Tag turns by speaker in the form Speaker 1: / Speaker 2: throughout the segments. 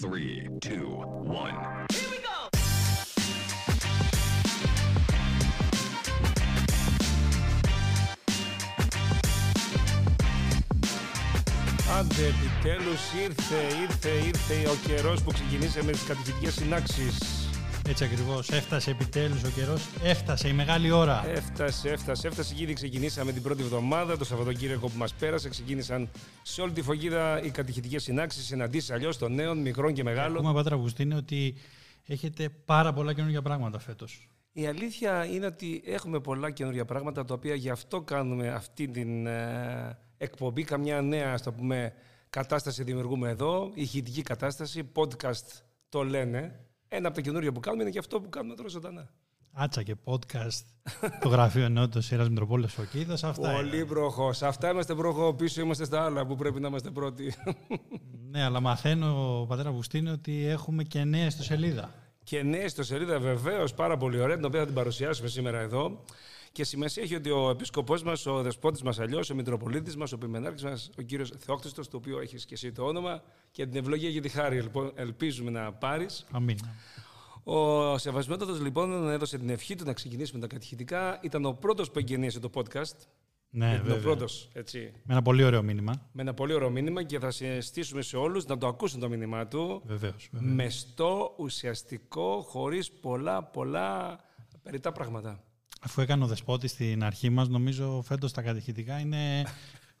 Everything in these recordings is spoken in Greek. Speaker 1: Three, two, one.
Speaker 2: Άντε, επιτέλους ήρθε, ήρθε, ήρθε ο καιρός που ξεκινήσαμε τις κατοικητικέ συνάξεις.
Speaker 3: Έτσι ακριβώς. Έφτασε επιτέλους ο καιρός. Έφτασε η μεγάλη ώρα.
Speaker 2: Ε, Έφτασε, έφτασε, έφτασε και ήδη ξεκινήσαμε την πρώτη εβδομάδα, το Σαββατοκύριακο που μας πέρασε. Ξεκίνησαν σε όλη τη φωγίδα οι κατοικητικέ συνάξεις, συναντήσεις αλλιώς των νέων, μικρών και μεγάλων.
Speaker 3: Ακόμα πατέρα Αυγουστίνε ότι έχετε πάρα πολλά καινούργια πράγματα φέτος.
Speaker 2: Η αλήθεια είναι ότι έχουμε πολλά καινούργια πράγματα τα οποία γι' αυτό κάνουμε αυτή την ε, εκπομπή. Καμιά νέα, ας το πούμε, κατάσταση δημιουργούμε εδώ, ηχητική κατάσταση, podcast το λένε. Ένα από τα καινούργια που κάνουμε είναι και αυτό που κάνουμε τώρα ζωντανά.
Speaker 3: Άτσα και podcast. το γραφείο ενότητα Ιερά Μητροπόλεως Φωκίδας. Αυτά.
Speaker 2: Πολύ
Speaker 3: είναι.
Speaker 2: βροχό. Σε αυτά είμαστε βροχό, πίσω είμαστε στα άλλα που πρέπει να είμαστε πρώτοι.
Speaker 3: Ναι, αλλά μαθαίνω, πατέρα Αυγουστίνε, ότι έχουμε και νέα στο σελίδα.
Speaker 2: Και ναι, στο σελίδα βεβαίως πάρα πολύ ωραία, την οποία θα την παρουσιάσουμε σήμερα εδώ. Και σημασία έχει ότι ο επίσκοπό μας, ο δεσπότης μας αλλιώς, ο Μητροπολίτης μας, ο Πιμενάρχης μας, ο κύριος Θεόκτιστος, το οποίο έχεις και εσύ το όνομα, και την ευλογία και τη χάρη, λοιπόν, ελπίζουμε να πάρεις.
Speaker 3: Αμήν.
Speaker 2: Ε, Ο Σεβασμιότατος, λοιπόν, έδωσε την ευχή του να ξεκινήσουμε τα κατηχητικά. Ήταν ο πρώτος που εγγενίασε το podcast. Ε,
Speaker 3: Ναι,
Speaker 2: Ήταν ο
Speaker 3: βέβαια.
Speaker 2: πρώτος, έτσι.
Speaker 3: Με ένα πολύ ωραίο μήνυμα.
Speaker 2: Με ένα πολύ ωραίο μήνυμα και θα συστήσουμε σε όλους να το ακούσουν το μήνυμά του.
Speaker 3: Βεβαίως.
Speaker 2: Μεστό, ουσιαστικό, χωρίς πολλά, πολλά περιτά πράγματα.
Speaker 3: Αφού έκανε ο δεσπότη στην αρχή μας, νομίζω φέτος τα κατηχητικά είναι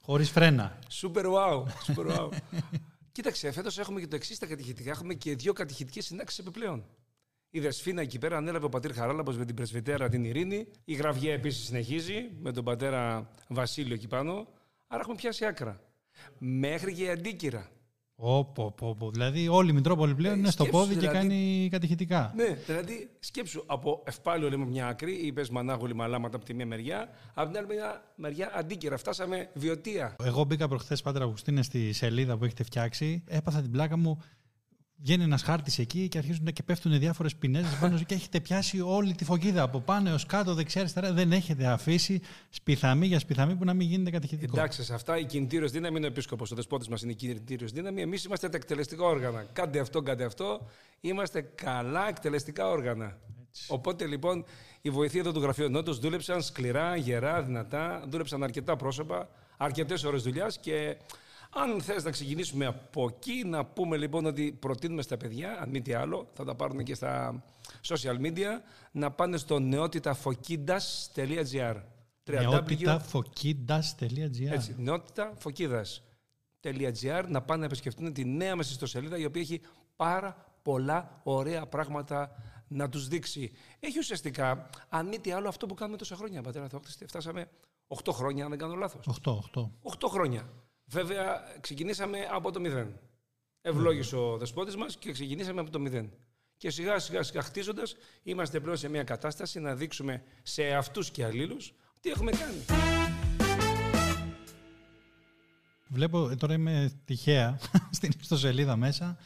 Speaker 3: χωρίς φρένα.
Speaker 2: Super wow, super wow. Κοίταξε, φέτος έχουμε και το εξής τα κατηχητικά. Έχουμε και δύο κατηχητικές συνάξεις επιπλέον. Η Δεσφίνα εκεί πέρα ανέλαβε ο πατήρ Χαράλαμπος με την πρεσβυτέρα την Ειρήνη. Η Γραβιέ επίσης συνεχίζει με τον πατέρα Βασίλειο εκεί πάνω. Άρα έχουμε πιάσει άκρα. Μέχρι και η Αντίκυρα.
Speaker 3: Όπο, πω, πω. Δηλαδή, όλη η Μητρόπολη πλέον
Speaker 2: Ε,
Speaker 3: είναι στο
Speaker 2: σκέψου,
Speaker 3: πόδι και
Speaker 2: δηλαδή.
Speaker 3: κάνει κατηχητικά.
Speaker 2: Ναι, δηλαδή σκέψου από ευπάλιο λέμε μια άκρη, είπες μανάγουλη μαλάματα από τη μία μεριά, από την άλλη μεριά, μεριά αντίκυρα. Φτάσαμε βιωτεία.
Speaker 3: Εγώ μπήκα προχθές, Πάτρα Αγουστίνε, στη σελίδα που έχετε φτιάξει. Έπαθα την πλάκα μου. Βγαίνει ένας χάρτης εκεί και αρχίζουν και πέφτουν διάφορες πινέζες πάνω σου και έχετε πιάσει όλη τη φωκίδα από πάνω έως κάτω, δεξιά, αριστερά. Δεν έχετε αφήσει σπιθαμή για σπιθαμή που να μην γίνεται κατηχητικό.
Speaker 2: Εντάξει, σε αυτά η κινητήριος δύναμη είναι ο επίσκοπος. Ο δεσπότης μας είναι η κινητήριος δύναμη. Εμείς είμαστε τα εκτελεστικά όργανα. Κάντε αυτό, κάντε αυτό. Είμαστε καλά εκτελεστικά όργανα. Οπότε λοιπόν οι βοηθοί εδώ του γραφείου Νότο δούλεψαν σκληρά, γερά, δυνατά. Δούλεψαν αρκετά πρόσωπα, αρκετές ώρες δουλειάς και. Αν θες να ξεκινήσουμε από εκεί, να πούμε λοιπόν ότι προτείνουμε στα παιδιά, αν μη τι άλλο, θα τα πάρουν και στα social media, να πάνε στο νεότηταφοκίντα.gr.
Speaker 3: Νεότητα φωκίδας.gr.
Speaker 2: Έτσι, νεότητα φωκίδα.gr να πάνε να επισκεφτούν τη νέα μας ιστοσελίδα η οποία έχει πάρα πολλά ωραία πράγματα να τους δείξει. Έχει ουσιαστικά, αν μη τι άλλο, αυτό που κάνουμε τόσα χρόνια, πατέρα Θεόκτηστη. Φτάσαμε 8 χρόνια, αν δεν κάνω λάθος.
Speaker 3: 8, 8.
Speaker 2: 8 χρόνια. Βέβαια, ξεκινήσαμε από το μηδέν. Ευλόγησε ο δεσπότης μας και ξεκινήσαμε από το μηδέν. Και σιγά σιγά σιγά χτίζοντας, είμαστε πλέον σε μια κατάσταση να δείξουμε σε αυτούς και αλλήλους τι έχουμε κάνει.
Speaker 3: Βλέπω, ε, τώρα είμαι τυχαία στην ιστοσελίδα μέσα.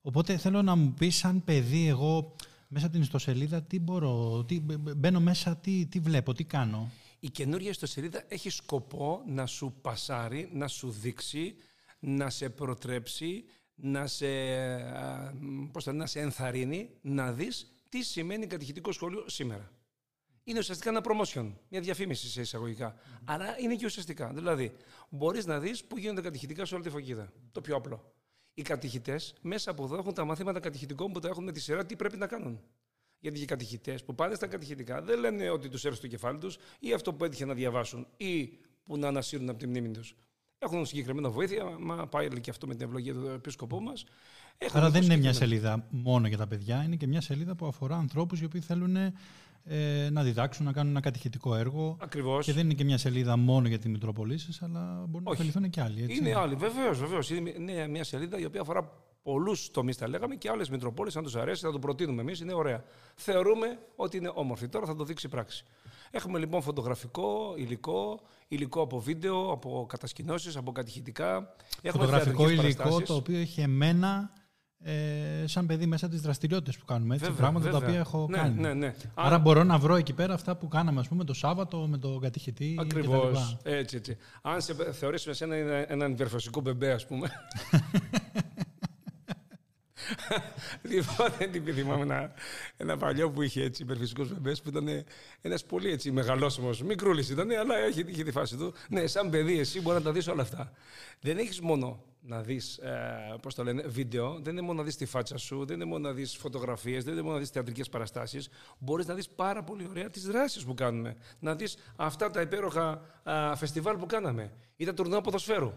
Speaker 3: Οπότε θέλω να μου πεις, σαν παιδί, εγώ μέσα από την ιστοσελίδα, τι μπορώ, τι, μπαίνω μέσα, τι, τι βλέπω, τι κάνω.
Speaker 2: Η καινούργια ιστοσελίδα έχει σκοπό να σου πασάρει, να σου δείξει, να σε προτρέψει, να σε, α, μ, πώς το λένε, να σε ενθαρρύνει, να δεις τι σημαίνει κατηχητικό σχολείο σήμερα. Είναι ουσιαστικά ένα promotion, μια διαφήμιση σε εισαγωγικά. Αλλά είναι και ουσιαστικά. Δηλαδή, μπορείς να δεις πού γίνονται κατηχητικά σε όλη τη φωκίδα. Το πιο απλό. Οι κατηχητές μέσα από εδώ έχουν τα μαθήματα κατηχητικών που τα έχουν με τη σειρά τι πρέπει να κάνουν. Γιατί και οι κατηχητές που πάνε στα κατηχητικά δεν λένε ότι τους έρθει το κεφάλι τους ή αυτό που έτυχε να διαβάσουν ή που να ανασύρουν από τη μνήμη τους. Έχουν συγκεκριμένα βοήθεια, μα πάει λέει, και αυτό με την ευλογία του επίσκοπού μας.
Speaker 3: Άρα δεν είναι μια σελίδα μόνο για τα παιδιά, είναι και μια σελίδα που αφορά ανθρώπους οι οποίοι θέλουν ε, να διδάξουν, να κάνουν ένα κατηχητικό έργο.
Speaker 2: Ακριβώς.
Speaker 3: Και δεν είναι και μια σελίδα μόνο για τη Μητροπολίσης, αλλά μπορούν να
Speaker 2: Όχι.
Speaker 3: ωφεληθούν και άλλοι. Έτσι.
Speaker 2: Είναι άλλη, βεβαίως, βεβαίως. Είναι μια σελίδα η οποία αφορά πολλούς τομείς, τα λέγαμε, και άλλες Μητροπόλεις, αν τους αρέσει, θα το προτείνουμε εμείς. Είναι ωραία. Θεωρούμε ότι είναι όμορφη. Τώρα θα το δείξει η πράξη. Έχουμε λοιπόν φωτογραφικό υλικό, υλικό από βίντεο, από κατασκηνώσεις, από κατηχητικά. Έχουμε
Speaker 3: Φωτογραφικό
Speaker 2: θεατρικές
Speaker 3: υλικό το
Speaker 2: παραστάσεις.
Speaker 3: οποίο έχει εμένα ε, σαν παιδί μέσα από τις δραστηριότητες που κάνουμε. Έτσι,
Speaker 2: Βέβαια,
Speaker 3: πράγματα τα
Speaker 2: βέβαια.
Speaker 3: οποία έχω
Speaker 2: Ναι,
Speaker 3: κάνει.
Speaker 2: ναι, ναι.
Speaker 3: Άρα μπορώ να βρω εκεί πέρα αυτά που κάναμε, ας πούμε, το Σάββατο με τον κατηχητή
Speaker 2: Ακριβώ.
Speaker 3: κτλ.
Speaker 2: Έτσι, έτσι. Αν σε θεωρήσουμε σε έναν, έναν υπερφωσικό μπεμπέ, ας πούμε. λοιπόν, δεν την θυμάμαι ένα, ένα παλιό που είχε έτσι υπερφυσικό μπεμπέ που ήταν ένας πολύ έτσι μεγαλόσιμος. Μικρούλης ήταν, αλλά είχε, είχε τη φάση του. Ναι, σαν παιδί, εσύ μπορεί να τα δεις όλα αυτά. Δεν έχεις μόνο να δεις, ε, πώς το λένε, βίντεο, δεν είναι μόνο να δεις τη φάτσα σου, δεν είναι μόνο να δεις φωτογραφίες, δεν είναι μόνο να δεις θεατρικές παραστάσεις. Μπορείς να δεις πάρα πολύ ωραία τις δράσεις που κάνουμε. Να δεις αυτά τα υπέροχα α, φεστιβάλ που κάναμε. Ήταν τουρνουά ποδοσφαίρου.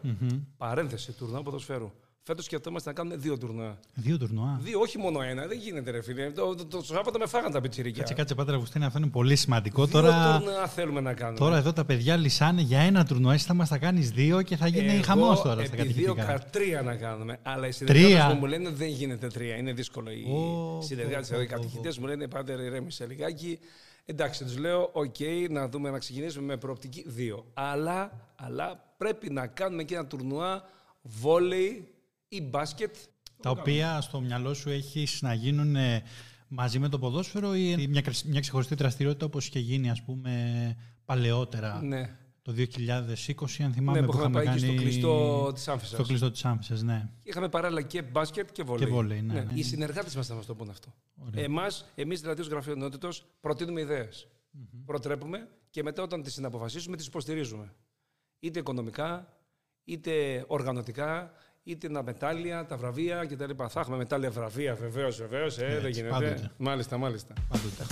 Speaker 2: Παρένθεση, τουρνουά ποδοσφαίρου. Φέτος σκεφτόμαστε να κάνουμε δύο τουρνουά.
Speaker 3: Δύο τουρνουά.
Speaker 2: Δύο, όχι μόνο ένα, δεν γίνεται ρε φίλε. Το, το, το Σάββατο με φάγανε τα πιτσιρικιά.
Speaker 3: Κάτσε, κάτσε, Πάτρε Αγουστίνε, αυτό είναι πολύ σημαντικό.
Speaker 2: Δύο
Speaker 3: Τώρα,
Speaker 2: τουρνουά θέλουμε να κάνουμε.
Speaker 3: τώρα εδώ τα παιδιά λυσάνε για ένα τουρνουά. Εσύ θα μας τα κάνεις δύο και θα γίνει χαμός τώρα στα
Speaker 2: Επιδίωκα
Speaker 3: κατηγορικά.
Speaker 2: τρία να κάνουμε. Αλλά οι
Speaker 3: Τρία.
Speaker 2: συνεργάτε μου μου λένε δεν γίνεται τρία. Είναι δύσκολο. Οι
Speaker 3: Ω,
Speaker 2: συνεργάτε,
Speaker 3: πω, πω,
Speaker 2: οι κατηχητέ μου λένε πάτε ρε, ρέμισε λιγάκι. Εντάξει, τους λέω, οκ, να δούμε να ξεκινήσουμε με προοπτική δύο. Αλλά, αλλά πρέπει να κάνουμε και ένα τουρνουά βόλεϊ ή μπάσκετ.
Speaker 3: Τα οποία στο μυαλό σου έχει να γίνουν ε, μαζί με το ποδόσφαιρο ή μια, κρυσ- μια ξεχωριστή δραστηριότητα όπως είχε γίνει, ας πούμε, παλαιότερα.
Speaker 2: Ναι,
Speaker 3: Το 2020, αν θυμάμαι,
Speaker 2: ναι,
Speaker 3: που είχαμε
Speaker 2: πάει
Speaker 3: κάνει.
Speaker 2: και στο κλειστό της Άμφισα.
Speaker 3: στο κλειστό της Άμφισας, ναι.
Speaker 2: Είχαμε παράλληλα και μπάσκετ και βόλεϊ.
Speaker 3: Και βόλεϊ, ναι, ναι.
Speaker 2: Οι συνεργάτες μας θα μας το πούν αυτό.
Speaker 3: Ωραία.
Speaker 2: Εμάς, εμείς δηλαδή ως Γραφείο Ενότητος, προτείνουμε ιδέες. Προτρέπουμε και μετά όταν τις συναποφασίσουμε, τις υποστηρίζουμε. Είτε οικονομικά, είτε οργανωτικά, είτε τα μετάλλια, τα βραβεία κτλ. Θα έχουμε μετάλλια βραβεία, βεβαίως, βεβαίως. Ε, δεν γίνεται.
Speaker 3: πάντοτε.
Speaker 2: Μάλιστα, μάλιστα.
Speaker 3: Πάντοτε.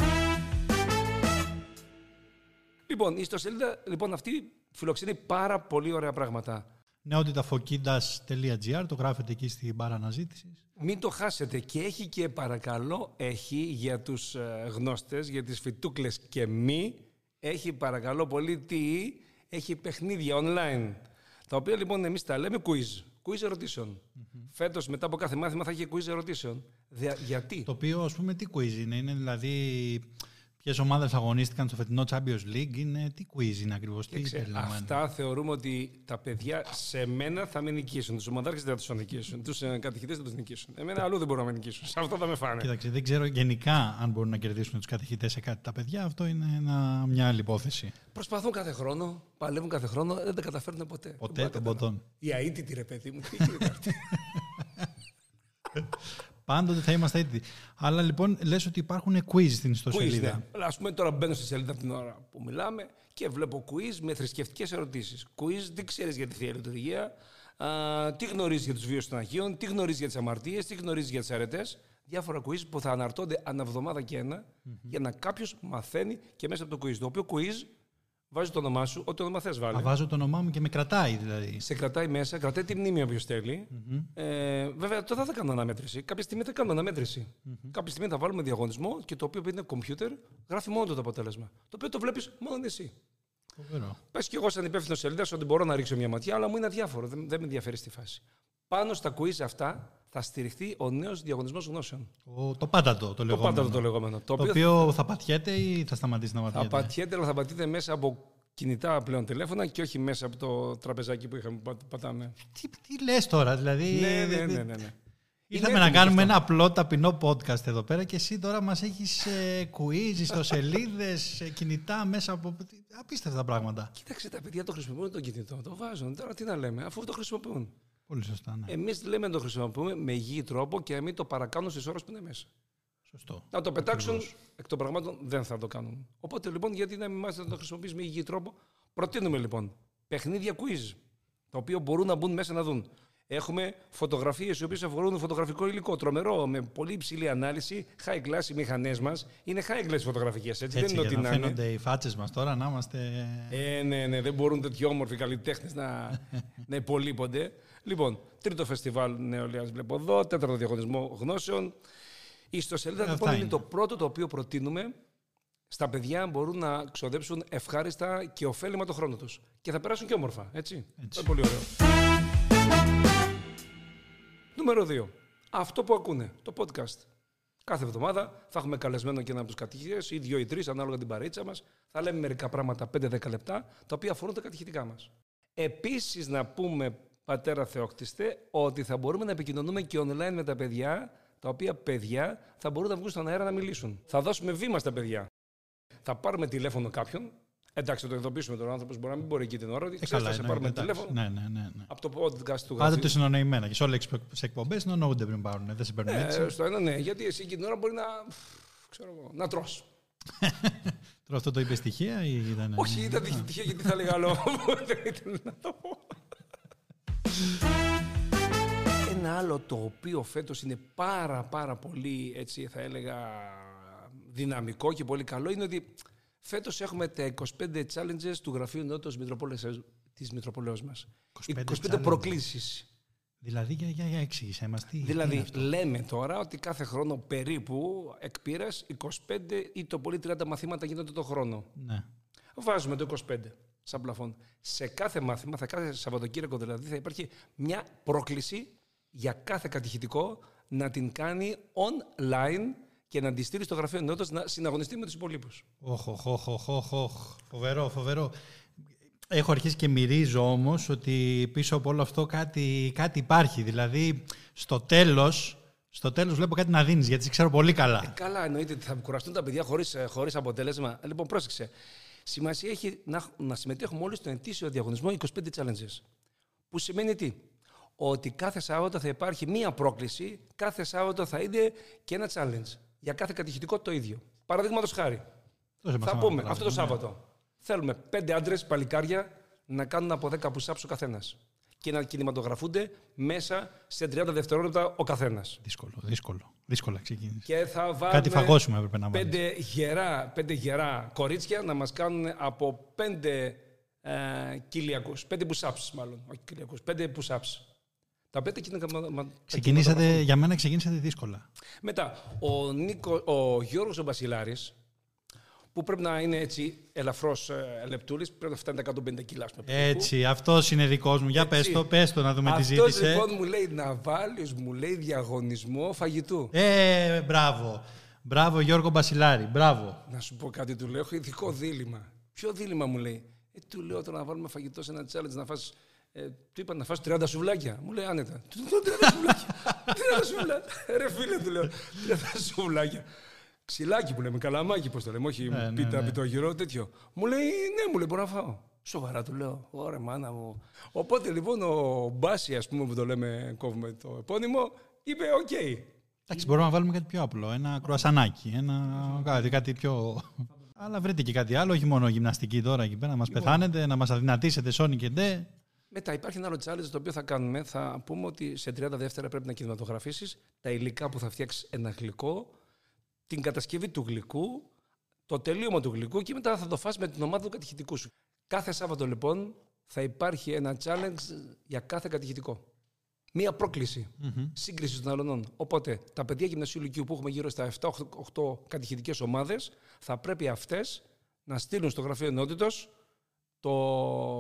Speaker 2: Λοιπόν, η ιστοσελίδα λοιπόν, αυτή φιλοξενεί πάρα πολύ ωραία πράγματα.
Speaker 3: Νεότηταφοκίντα.gr, το γράφετε εκεί στην μπάρα αναζήτησης.
Speaker 2: Μην το χάσετε και έχει και παρακαλώ έχει για τους ε, γνώστες, για τις φυτούκλες και μη έχει παρακαλώ πολύ τι έχει παιχνίδια online τα οποία λοιπόν εμείς τα λέμε quiz, quiz ερωτησεων Φέτος μετά από κάθε μάθημα θα έχει quiz ερωτήσεων. Δια- γιατί.
Speaker 3: Το οποίο, ας πούμε, τι quiz είναι, είναι δηλαδή ποιες ομάδες αγωνίστηκαν στο φετινό Champions League, είναι τι quiz είναι ακριβώς, τι
Speaker 2: Κοίταξε,
Speaker 3: περιλαμβάνει.
Speaker 2: αυτά θεωρούμε ότι τα παιδιά σε μένα θα με νικήσουν. Τους ομαδάρχες δεν θα τους νικήσουν. Τους κατηχητές δεν τους νικήσουν. Εμένα αλλού δεν μπορούν να με νικήσουν. Σε αυτό θα με φάνε.
Speaker 3: Κοίταξε, δεν ξέρω γενικά αν μπορούν να κερδίσουν τους κατηχητές σε κάτι τα παιδιά. Αυτό είναι ένα, μια άλλη υπόθεση.
Speaker 2: Προσπαθούν κάθε χρόνο, παλεύουν κάθε χρόνο, δεν τα καταφέρνουν ποτέ. Δεν μπορώ
Speaker 3: Ποτέ
Speaker 2: να
Speaker 3: των
Speaker 2: καταλάβω.
Speaker 3: ποτών.
Speaker 2: Η αίτητη ρε παιδί μου, τι γίνεται αυτή.
Speaker 3: Πάντοτε θα είμαστε έτοιμοι. Αλλά λοιπόν, λες ότι υπάρχουν quiz στην
Speaker 2: quiz, ναι.
Speaker 3: ιστοσελίδα.
Speaker 2: Αλλά ας πούμε τώρα μπαίνω στη σελίδα από την ώρα που μιλάμε και βλέπω quiz με θρησκευτικές ερωτήσεις. Quiz, τι ξέρεις για τη θεία λειτουργία, α, τι γνωρίζεις για τους βίους των Αγίων, τι γνωρίζεις για τις αμαρτίες, τι γνωρίζεις για τις αρετές. Διάφορα quiz που θα αναρτώνται ανά εβδομάδα και ενα για να κάποιος μαθαίνει και μέσα από το quiz. Το οποίο quiz βάζει το όνομά σου, ό,τι όνομα θες βάλει.
Speaker 3: Θα βάζω το όνομά μου και με κρατάει δηλαδή.
Speaker 2: Σε κρατάει μέσα, κρατάει τη μνήμη όποιος θέλει. Ε, βέβαια, τώρα θα κάνω αναμέτρηση. Κάποια στιγμή θα κάνω αναμέτρηση. Κάποια στιγμή θα βάλουμε διαγωνισμό και το οποίο επειδή είναι κομπιούτερ γράφει μόνο του το αποτέλεσμα. Το οποίο το βλέπεις μόνο εσύ.
Speaker 3: Φοβερό.
Speaker 2: Πες και εγώ, σαν υπεύθυνος σελίδας, ότι μπορώ να ρίξω μια ματιά, αλλά μου είναι αδιάφορο. Δεν, δεν με ενδιαφέρει στη φάση. Πάνω στα quiz αυτά θα στηριχθεί ο νέος διαγωνισμός γνώσεων.
Speaker 3: Ο- Το πάτατο το
Speaker 2: Το
Speaker 3: λεγόμενο.
Speaker 2: πάντα το λεγόμενο. Το,
Speaker 3: Το
Speaker 2: οποίο
Speaker 3: οποίο θα πατιέται ή θα σταματήσει να
Speaker 2: θα
Speaker 3: πατιέται.
Speaker 2: πατιέται, αλλά θα πατείτε μέσα από κινητά πλέον τηλέφωνα και όχι μέσα από το τραπεζάκι που είχαμε που πα- πατάμε.
Speaker 3: Τι, τι λες τώρα, δηλαδή.
Speaker 2: Ναι, ναι, ναι, ναι. ναι.
Speaker 3: Ήρθαμε
Speaker 2: Είναι
Speaker 3: να
Speaker 2: έτοιμο
Speaker 3: κάνουμε ένα απλό ταπεινό podcast εδώ πέρα και εσύ τώρα μας έχεις ε, quiz, ιστοσελίδε, κινητά μέσα από. Απίστευτα πράγματα.
Speaker 2: Κοίταξε τα παιδιά το χρησιμοποιούν το κινητό, το βάζουν. Τώρα τι να λέμε, αφού το χρησιμοποιούν.
Speaker 3: Πολύ σωστά, ναι.
Speaker 2: Εμείς λέμε να το χρησιμοποιούμε με υγιή τρόπο και να μην το παρακάνουν στις ώρες που είναι μέσα.
Speaker 3: Σωστό.
Speaker 2: Να το πετάξουν, εκ των πραγμάτων δεν θα το κάνουν. Οπότε λοιπόν, γιατί να μην μάθετε να το χρησιμοποιείς με υγιή τρόπο. Προτείνουμε λοιπόν παιχνίδια quiz, τα οποία μπορούν να μπουν μέσα να δουν. Έχουμε φωτογραφίες οι οποίες αφορούν φωτογραφικό υλικό, τρομερό, με πολύ υψηλή ανάλυση. High class οι μηχανές μας είναι high class φωτογραφικές, έτσι, δεν
Speaker 3: Έτσι,
Speaker 2: είναι ότι
Speaker 3: για να
Speaker 2: να είναι.
Speaker 3: φαίνονται οι φάτσες μας τώρα, να είμαστε.
Speaker 2: Ε, ναι, ναι, δεν μπορούν τέτοιοι όμορφοι καλλιτέχνες να, να υπολείπονται. Λοιπόν, τρίτο φεστιβάλ νεολαίας βλέπω εδώ, τέταρτο διαγωνισμό γνώσεων. Η ιστοσελίδα
Speaker 3: Ε, Αυτά
Speaker 2: λοιπόν είναι.
Speaker 3: είναι.
Speaker 2: το πρώτο το οποίο προτείνουμε στα παιδιά μπορούν να ξοδέψουν ευχάριστα και ωφέλιμα το χρόνο τους. Και θα περάσουν και όμορφα, έτσι.
Speaker 3: Έτσι.
Speaker 2: Ε, Πολύ ωραίο. Νούμερο 2. Αυτό που ακούνε, το podcast. Κάθε εβδομάδα θα έχουμε καλεσμένο και ένα από τους κατηχητές, ή δύο ή τρεις, ανάλογα την παρέτσα μας. Θα λέμε μερικά πράγματα 5-10 λεπτά, τα οποία αφορούν τα κατηχητικά μας. Επίσης, να πούμε, πατέρα Θεόκτιστε, ότι θα μπορούμε να επικοινωνούμε και online με τα παιδιά, τα οποία παιδιά θα μπορούν να βγουν στον αέρα να μιλήσουν. Θα δώσουμε βήμα στα παιδιά. Θα πάρουμε τηλέφωνο κάποιον, Εντάξει, θα το ειδοποιήσουμε τον άνθρωπος. Μπορεί να μην μπορεί εκεί την ώρα.
Speaker 3: Ε,
Speaker 2: Ξέρεις,
Speaker 3: καλά,
Speaker 2: θα σε
Speaker 3: ναι,
Speaker 2: πάρουμε
Speaker 3: εντάξει.
Speaker 2: τηλέφωνο.
Speaker 3: Ναι, ναι, ναι. ναι.
Speaker 2: Από το podcast του
Speaker 3: Πάντα
Speaker 2: γραφείου.
Speaker 3: τους συνονεημένα. Και σε όλες τις εκπομπέ συνοννοούνται πριν πάρουν. ναι, Δεν σε παίρνουν
Speaker 2: Ε,
Speaker 3: έτσι.
Speaker 2: στο ένα, ναι, γιατί εσύ εκείνη την ώρα μπορεί να. ξέρω εγώ, να τρως.
Speaker 3: Τώρα αυτό το είπε στοιχεία ή ήταν. Ναι.
Speaker 2: Όχι, ήταν τυχ- τυχαία γιατί θα λέγα άλλο. Δεν ήθελα να το πω. Ένα άλλο το οποίο φέτος είναι πάρα πάρα πολύ έτσι θα έλεγα δυναμικό και πολύ καλό είναι ότι φέτος έχουμε τα 25 challenges του Γραφείου Νότος Μητροπόλεως, της Μητροπολέως μας.
Speaker 3: 25
Speaker 2: 25,
Speaker 3: challenges.
Speaker 2: προκλήσεις.
Speaker 3: Δηλαδή, για, για, για εξήγησέ μας τι. τι είναι
Speaker 2: Δηλαδή,
Speaker 3: αυτό.
Speaker 2: λέμε τώρα ότι κάθε χρόνο περίπου εκ πείρας 25 ή το πολύ 30 μαθήματα γίνονται το χρόνο.
Speaker 3: Ναι.
Speaker 2: Βάζουμε το 25 σαν πλαφόν. Σε κάθε μάθημα, θα κάθε Σαββατοκύριακο δηλαδή, θα υπάρχει μια πρόκληση για κάθε κατηχητικό να την κάνει online και να τη στείλει στο γραφείο ενότητας να συναγωνιστεί με τους υπολείπους.
Speaker 3: Οχ, οχ, οχ, οχ, οχ, οχ. Φοβερό, φοβερό. Έχω αρχίσει και μυρίζω όμως ότι πίσω από όλο αυτό κάτι, κάτι υπάρχει. Δηλαδή, στο τέλος, στο τέλος βλέπω κάτι να δίνεις, γιατί σε ξέρω πολύ καλά.
Speaker 2: Καλά, εννοείται ότι θα κουραστούν τα παιδιά χωρίς, ε, χωρίς αποτέλεσμα. Λοιπόν, πρόσεξε. Σημασία έχει να, χ- να συμμετέχουμε όλοι στον ετήσιο διαγωνισμό 25 challenges. Που σημαίνει τι. Ότι κάθε Σάββατο θα υπάρχει μία πρόκληση, κάθε Σάββατο θα είναι και ένα challenge. Για κάθε κατηχητικό το ίδιο. Παραδείγματος χάρη.
Speaker 3: Δώσε μας
Speaker 2: Θα
Speaker 3: ένα
Speaker 2: πούμε
Speaker 3: παράδειγμα.
Speaker 2: αυτό το Σάββατο. Θέλουμε πέντε άντρες παλικάρια να κάνουν από 10 πουσάψου ο καθένας. Και να κινηματογραφούνται μέσα σε 30 δευτερόλεπτα ο καθένας.
Speaker 3: Δύσκολο, δύσκολο. Δύσκολα ξεκίνησε.
Speaker 2: Και θα βάλουμε
Speaker 3: Κάτι φαγώσουμε έπρεπε να βάλεις.
Speaker 2: πέντε γερά, πέντε γερά κορίτσια να μας κάνουν από πέντε ε, κοιλιακούς, πέντε push-ups μάλλον, όχι κοιλιακούς, πέντε push-ups. Τα πέντε κινηματογραφούνται.
Speaker 3: Ξεκινήσατε, για μένα ξεκίνησατε δύσκολα.
Speaker 2: Μετά, ο, Νίκο, ο Γιώργος ο Μπασιλάρης, που πρέπει να είναι έτσι ελαφρώς ε, λεπτούλης, πρέπει να φτάνει τα 150 κιλά. ας πούμε,
Speaker 3: Ε,
Speaker 2: περίπου.
Speaker 3: Έτσι, αυτός είναι δικός μου. Για πες
Speaker 2: Έτσι.
Speaker 3: το, πες το να δούμε τι
Speaker 2: Αυτός
Speaker 3: ζήτησε.
Speaker 2: λοιπόν μου λέει να βάλεις, μου λέει διαγωνισμό φαγητού.
Speaker 3: Ε, μπράβο. Μπράβο, Γιώργο Μπασιλάρη. Μπράβο.
Speaker 2: Να σου πω κάτι, του λέω: Έχω ειδικό δίλημα. Ποιο δίλημα μου λέει. Ε, του λέω τώρα να βάλουμε φαγητό σε ένα challenge να φας... Ε, του είπα να φας 30 σουβλάκια. Μου λέει άνετα. Του λέω 30 σουβλάκια. 30 σουβλάκια. Ρε φίλε, του λέω 30 σουβλάκια. Ξυλάκι που λέμε, καλαμάκι πώς το λέμε, όχι
Speaker 3: ναι,
Speaker 2: πίτα,
Speaker 3: ναι.
Speaker 2: πιτόγυρο, τέτοιο. Μου λέει ναι, μου λέει μπορώ να φάω. Σοβαρά του λέω, ωραία μάνα μου. Οπότε λοιπόν ο Μπάση, ας πούμε που το λέμε, κόβουμε το επώνυμο, είπε οκ.
Speaker 3: Εντάξει, μπορούμε να βάλουμε κάτι πιο απλό. Ένα κρουασανάκι. Ένα κάτι, κάτι πιο. Αλλά βρείτε και κάτι άλλο, όχι μόνο γυμναστική τώρα εκεί πέρα. Να μας
Speaker 2: Λοιπόν.
Speaker 3: πεθάνετε, να μας αδυνατήσετε, Σόνι και Ντε.
Speaker 2: Μετά υπάρχει ένα άλλο challenge το οποίο θα κάνουμε. Θα πούμε ότι σε 30 δεύτερα πρέπει να κινηματογραφήσεις τα υλικά που θα φτιάξεις ένα γλυκό, την κατασκευή του γλυκού, το τελείωμα του γλυκού και μετά θα το φας με την ομάδα του κατηχητικού σου. Κάθε Σάββατο λοιπόν θα υπάρχει ένα challenge για κάθε κατηχητικό. Μία πρόκληση. Σύγκριση των αλωνών. Οπότε τα παιδιά γυμνασίου Λυκειού που έχουμε γύρω στα 7-8 κατηχητικές ομάδες θα πρέπει αυτές να στείλουν στο γραφείο ενότητος το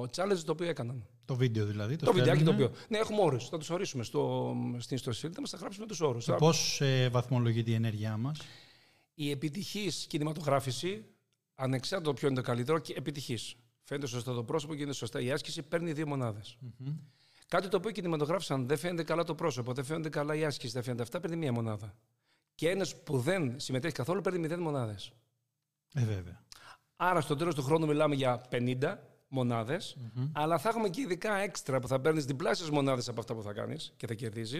Speaker 2: challenge το οποίο έκαναν.
Speaker 3: Το βίντεο δηλαδή.
Speaker 2: Το βιντεάκι το
Speaker 3: στέλνουμε.
Speaker 2: οποίο. Ναι, έχουμε όρους. Θα τους ορίσουμε στο, στην ιστοσελίδα μας, θα γράψουμε τους όρους.
Speaker 3: Και πώς ε, βαθμολογείται η ενέργειά μας.
Speaker 2: Η επιτυχής κινηματογράφηση, ανεξάρτητα ποιο είναι το καλύτερο, και επιτυχής. Φαίνεται σωστά το πρόσωπο, γίνεται σωστά η άσκηση, παίρνει δύο μονάδες. Κάτι το οποίο οι κινηματογράφησαν δεν φαίνεται καλά το πρόσωπο, δεν φαίνονται καλά η άσκηση, δεν φαίνεται αυτά, παίρνει μία μονάδα. Και ένας που δεν συμμετέχει καθόλου παίρνει μηδέν μονάδες.
Speaker 3: Ε, βέβαια.
Speaker 2: Άρα στο τέλος του χρόνου μιλάμε για 50 μοναδε αλλά θα έχουμε και ειδικά έξτρα που θα παίρνεις διπλάσιες μονάδες από αυτά που θα κάνεις και θα κερδιζει